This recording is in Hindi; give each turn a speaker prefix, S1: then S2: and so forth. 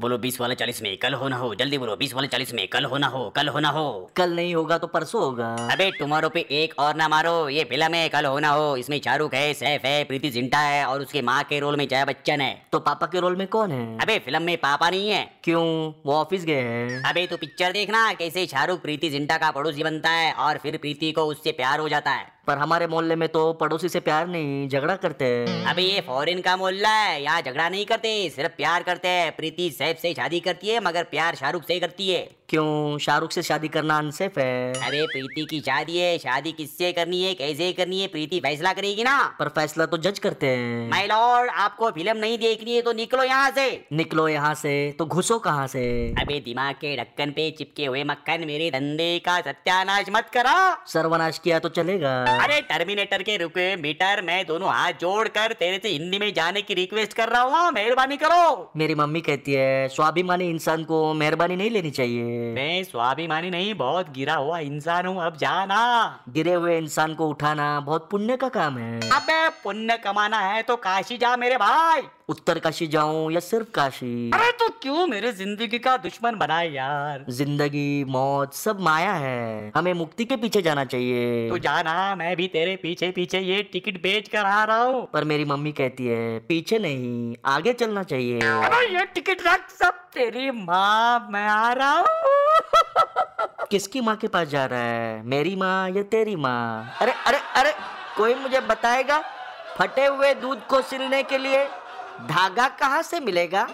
S1: बोलो बीस वाले चालीस में कल होना हो जल्दी बोलो बीस वाले चालीस में कल होना हो कल होना हो
S2: कल नहीं होगा तो परसों होगा
S1: अबे टुमारो पे एक और ना मारो ये फिल्म है कल होना हो इसमें शाहरुख है सैफ है प्रीति जिंटा है और उसके माँ के रोल में जया बच्चन है
S2: तो पापा के रोल में कौन है
S1: अबे फिल्म में पापा नहीं है
S2: क्यों वो ऑफिस गए हैं
S1: अबे तो पिक्चर देखना कैसे शाहरुख प्रीति जिंटा का पड़ोसी बनता है और फिर प्रीति को उससे प्यार हो जाता है
S2: पर हमारे मोहल्ले में तो पड़ोसी से प्यार नहीं झगड़ा करते हैं
S1: अबे ये फॉरेन का मोहल्ला है यहाँ झगड़ा नहीं करते सिर्फ प्यार करते हैं प्रीति सैफ से शादी करती है मगर प्यार शाहरुख से करती है
S2: क्यों शाहरुख से शादी करना अनसेफ है
S1: अरे प्रीति की शादी है शादी किससे करनी है कैसे करनी है प्रीति फैसला करेगी ना
S2: पर फैसला तो जज करते हैं
S1: माय लॉर्ड आपको फिल्म नहीं देखनी है तो निकलो यहाँ से
S2: निकलो यहाँ से तो घुसो कहाँ से
S1: अबे दिमाग के ढक्कन पे चिपके हुए मक्खन मेरे धंधे का सत्यानाश मत करो
S2: सर्वनाश किया तो चलेगा
S1: अरे टर्मिनेटर के रुके मीटर मैं दोनों हाथ जोड़कर तेरे से हिंदी में जाने की रिक्वेस्ट कर रहा हूँ हाँ, मेहरबानी करो
S2: मेरी मम्मी कहती है स्वाभिमानी इंसान को मेहरबानी नहीं लेनी चाहिए
S1: मैं स्वाभिमानी नहीं बहुत गिरा हुआ इंसान हूँ अब जाना
S2: गिरे हुए इंसान को उठाना बहुत पुण्य का काम है
S1: अबे पुण्य कमाना है तो काशी जा मेरे भाई
S2: उत्तर काशी जाऊं या सिर्फ काशी
S1: अरे तो क्यों मेरे जिंदगी का दुश्मन बनाए यार
S2: जिंदगी मौत सब माया है हमें मुक्ति के पीछे जाना चाहिए
S1: तू जाना मैं भी तेरे पीछे पीछे ये टिकट बेच कर आ रहा हूँ
S2: पर मेरी मम्मी कहती है पीछे नहीं आगे चलना चाहिए
S1: अबे ये टिकट रख सब तेरी माँ मैं आ रहा हूँ
S2: किसकी माँ के पास जा रहा है मेरी माँ या तेरी माँ अरे अरे अरे कोई मुझे बताएगा फटे हुए दूध को सिलने के लिए धागा कहाँ से मिलेगा